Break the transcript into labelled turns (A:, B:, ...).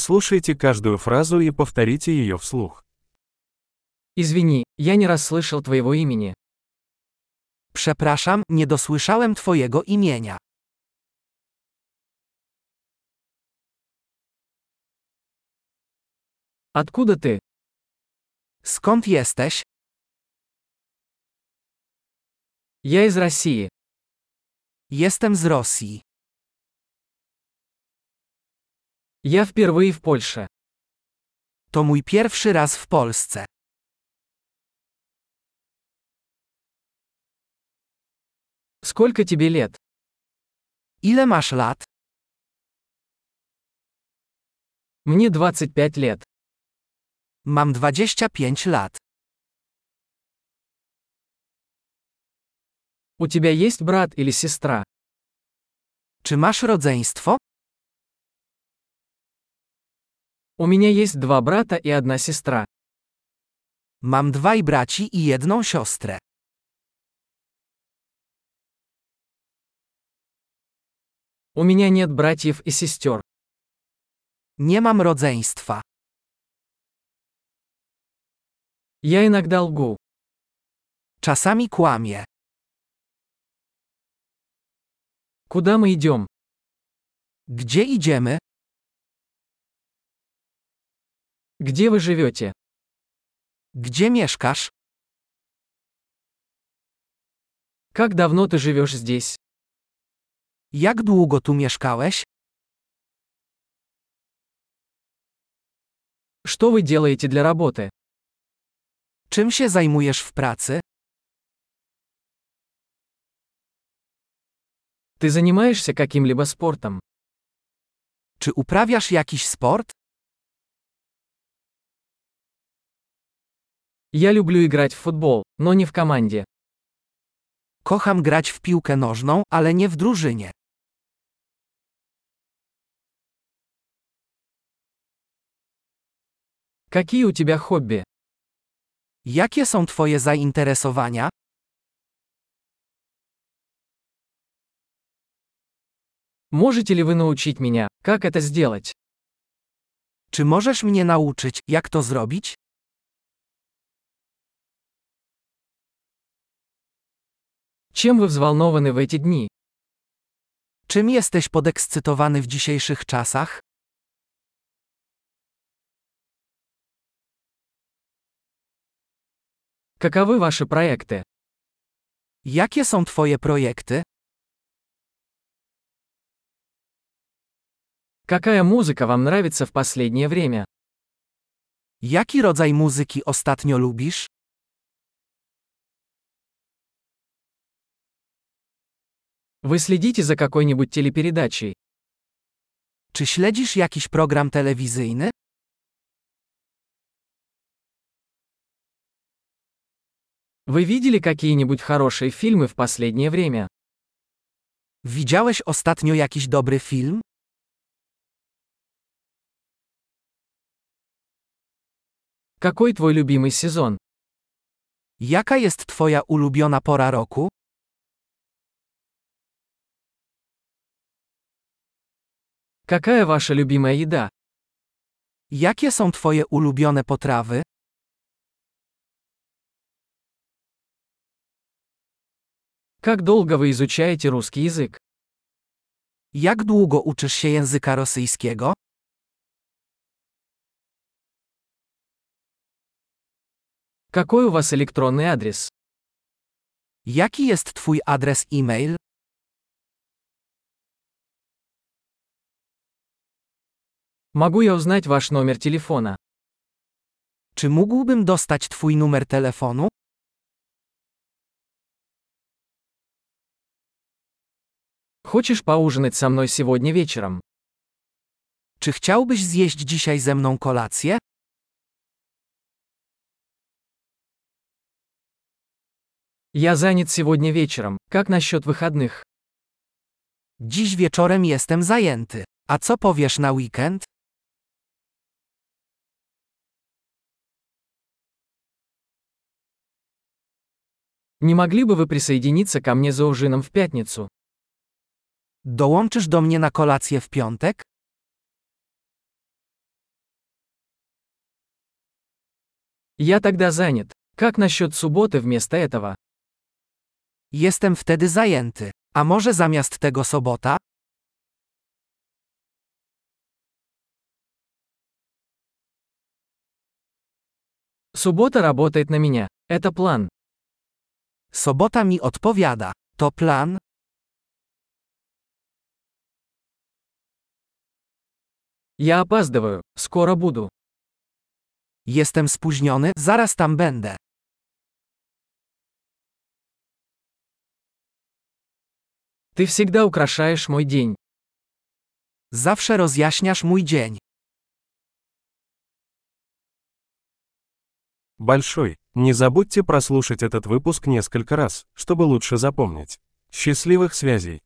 A: Прослушайте каждую фразу и повторите ее вслух.
B: Извини, я не расслышал твоего имени.
C: Przepraszam, nie dosłyszałem twojego imienia.
B: Откуда ты?
C: Skąd jesteś?
B: Я из России.
C: Jestem z Rosji.
B: Я впервые в Польше.
C: To mój pierwszy raz w Polsce.
B: Сколько тебе лет?
C: Ile masz lat?
B: Мне 25 лет.
C: Mam 25 lat.
B: У тебя есть брат или сестра?
C: Czy masz rodzeństwo?
B: У меня есть два брата и одна сестра.
C: Mam dwaj braci i jedną siostrę.
B: У меня нет братьев и сестер.
C: Nie mam rodzeństwa.
B: Я иногда лгу.
C: Czasami kłamię.
B: Куда мы идем?
C: Gdzie idziemy?
B: Где вы живете?
C: Gdzie mieszkasz?
B: Как давно ты живешь здесь?
C: Jak długo tu mieszkałeś?
B: Что вы делаете для работы?
C: Czym się zajmujesz w pracy?
B: Ты занимаешься каким-либо спортом?
C: Czy uprawiasz jakiś sport?
B: Я люблю играть в футбол, но не в команде.
C: Kocham grać w piłkę nożną, ale nie w drużynie.
B: Какие у тебя хобби?
C: Jakie są Twoje zainteresowania?
B: Можете ли вы научить меня, как это сделать?
C: Czy możesz mnie nauczyć, jak to zrobić?
B: Чем вы взволнованы в эти дни?
C: Czym jesteś podekscytowany w dzisiejszych czasach?
B: Каковы ваши проекты?
C: Jakie są Twoje projekty?
B: Какая музыка вам нравится в последнее время?
C: Jaki rodzaj muzyki ostatnio lubisz?
B: Вы следите за какой-нибудь телепередачей?
C: Czy śledzisz jakiś program telewizyjny?
B: Вы видели какие-нибудь хорошие фильмы в последнее время?
C: Widziałeś ostatnio jakiś dobry film?
B: Какой твой любимый сезон?
C: Jaka jest Twoja ulubiona pora roku?
B: Какая ваша любимая еда?
C: Jakie są Twoje ulubione potrawy?
B: Как долго вы изучаете русский язык?
C: Jak długo uczysz się języka rosyjskiego?
B: Какой у вас электронный адрес?
C: Jaki jest Twój adres e-mail?
B: Могу я узнать ваш номер телефона?
C: Czy mógłbym dostać Twój numer telefonu?
B: Хочешь поужинать со мной сегодня вечером?
C: Czy chciałbyś zjeść dzisiaj ze mną kolację?
B: Я занят сегодня вечером. Как насчет выходных?
C: Dziś wieczorem jestem zajęty. A co powiesz na weekend?
B: Не могли бы вы присоединиться ко мне за ужином в пятницу?
C: Dołączysz do mnie na kolację w piątek?
B: Я тогда занят. Как насчет субботы вместо этого?
C: Jestem wtedy zajęty. A może zamiast tego sobota?
B: Суббота работает на меня. Это план.
C: Sobota mi odpowiada. To plan?
B: Я опаздываю. Скоро буду.
C: Jestem spóźniony, zaraz tam będę.
B: Ты всегда украшаешь мой день.
C: Zawsze rozjaśniasz mój dzień.
A: Большой. Не забудьте прослушать этот выпуск несколько раз, чтобы лучше запомнить. Счастливых связей!